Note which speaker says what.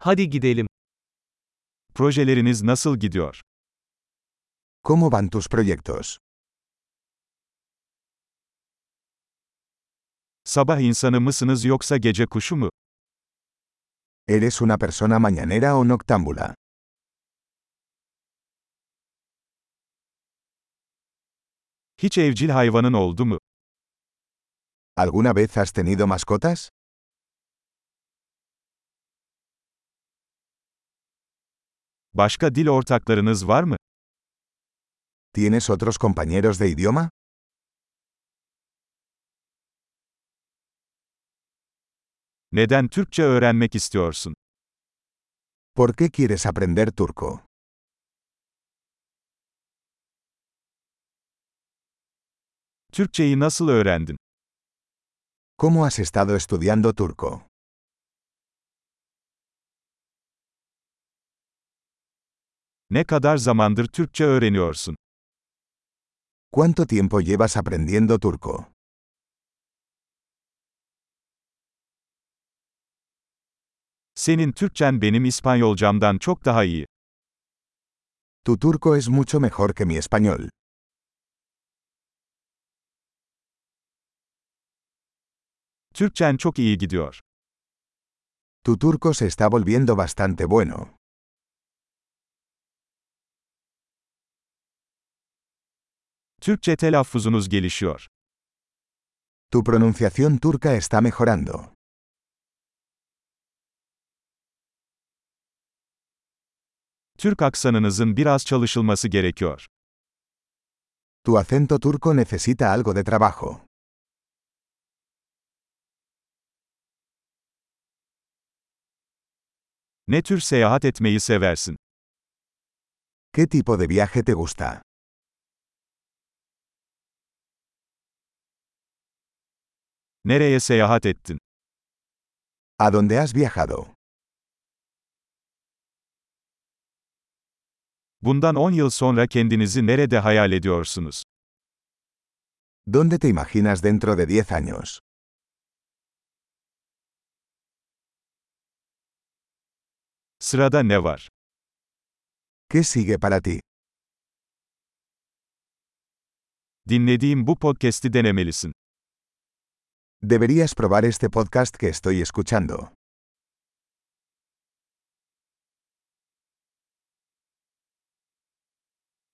Speaker 1: Hadi gidelim. Projeleriniz nasıl gidiyor?
Speaker 2: ¿Cómo van tus proyectos?
Speaker 1: Sabah insanı mısınız yoksa gece kuşu mu?
Speaker 2: ¿Eres una persona mañanera o noctámbula?
Speaker 1: Hiç evcil hayvanın oldu mu?
Speaker 2: ¿Alguna vez has tenido mascotas?
Speaker 1: Başka dil ortaklarınız var mı?
Speaker 2: ¿Tienes otros compañeros de idioma?
Speaker 1: Neden Türkçe öğrenmek istiyorsun?
Speaker 2: ¿Por qué quieres aprender turco?
Speaker 1: Türkçeyi nasıl öğrendin?
Speaker 2: ¿Cómo has estado estudiando turco?
Speaker 1: Ne kadar zamandır Türkçe öğreniyorsun?
Speaker 2: ¿Cuánto tiempo llevas aprendiendo turco?
Speaker 1: Senin Türkçen benim İspanyolcamdan çok daha iyi.
Speaker 2: Tu turco es mucho mejor que mi español.
Speaker 1: Türkçen çok iyi gidiyor.
Speaker 2: Tu turco se está volviendo bastante bueno.
Speaker 1: Türkçe telaffuzunuz gelişiyor.
Speaker 2: Tu pronunciación turca está mejorando.
Speaker 1: Türk aksanınızın biraz çalışılması gerekiyor.
Speaker 2: Tu acento turco necesita algo de trabajo.
Speaker 1: Ne tür seyahat etmeyi seversin?
Speaker 2: ¿Qué tipo de viaje te gusta?
Speaker 1: Nereye seyahat ettin?
Speaker 2: ¿A dónde has viajado?
Speaker 1: Bundan 10 yıl sonra kendinizi nerede hayal ediyorsunuz?
Speaker 2: ¿Dónde te imaginas dentro de 10 años?
Speaker 1: Sırada ne var?
Speaker 2: ¿Qué sigue para ti?
Speaker 1: Dinlediğim bu podcast'i denemelisin.
Speaker 2: Deberías probar este podcast que estoy escuchando.